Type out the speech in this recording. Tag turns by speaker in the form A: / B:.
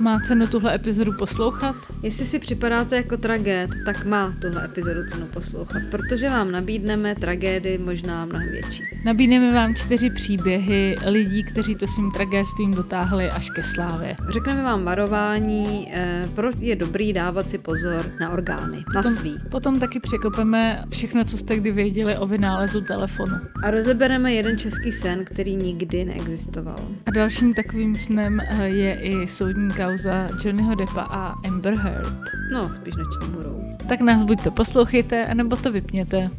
A: Má cenu tuhle epizodu poslouchat?
B: Jestli si připadáte jako tragéd, tak má tuhle epizodu cenu poslouchat, protože vám nabídneme tragédy možná mnohem větší.
A: Nabídneme vám čtyři příběhy lidí, kteří to svým tragédstvím dotáhli až ke slávě.
B: Řekneme vám varování, eh, proč je dobrý dávat si pozor na orgány, na
A: Potom-
B: svý.
A: Potom taky překopeme všechno, co jste kdy věděli o vynálezu telefonu.
B: A rozebereme jeden český sen, který nikdy neexistoval.
A: A dalším takovým snem eh, je i soudní kauza Johnnyho Deppa a Amber Heard.
B: No, spíš noční můrou.
A: Tak nás buď to poslouchejte, anebo to vypněte.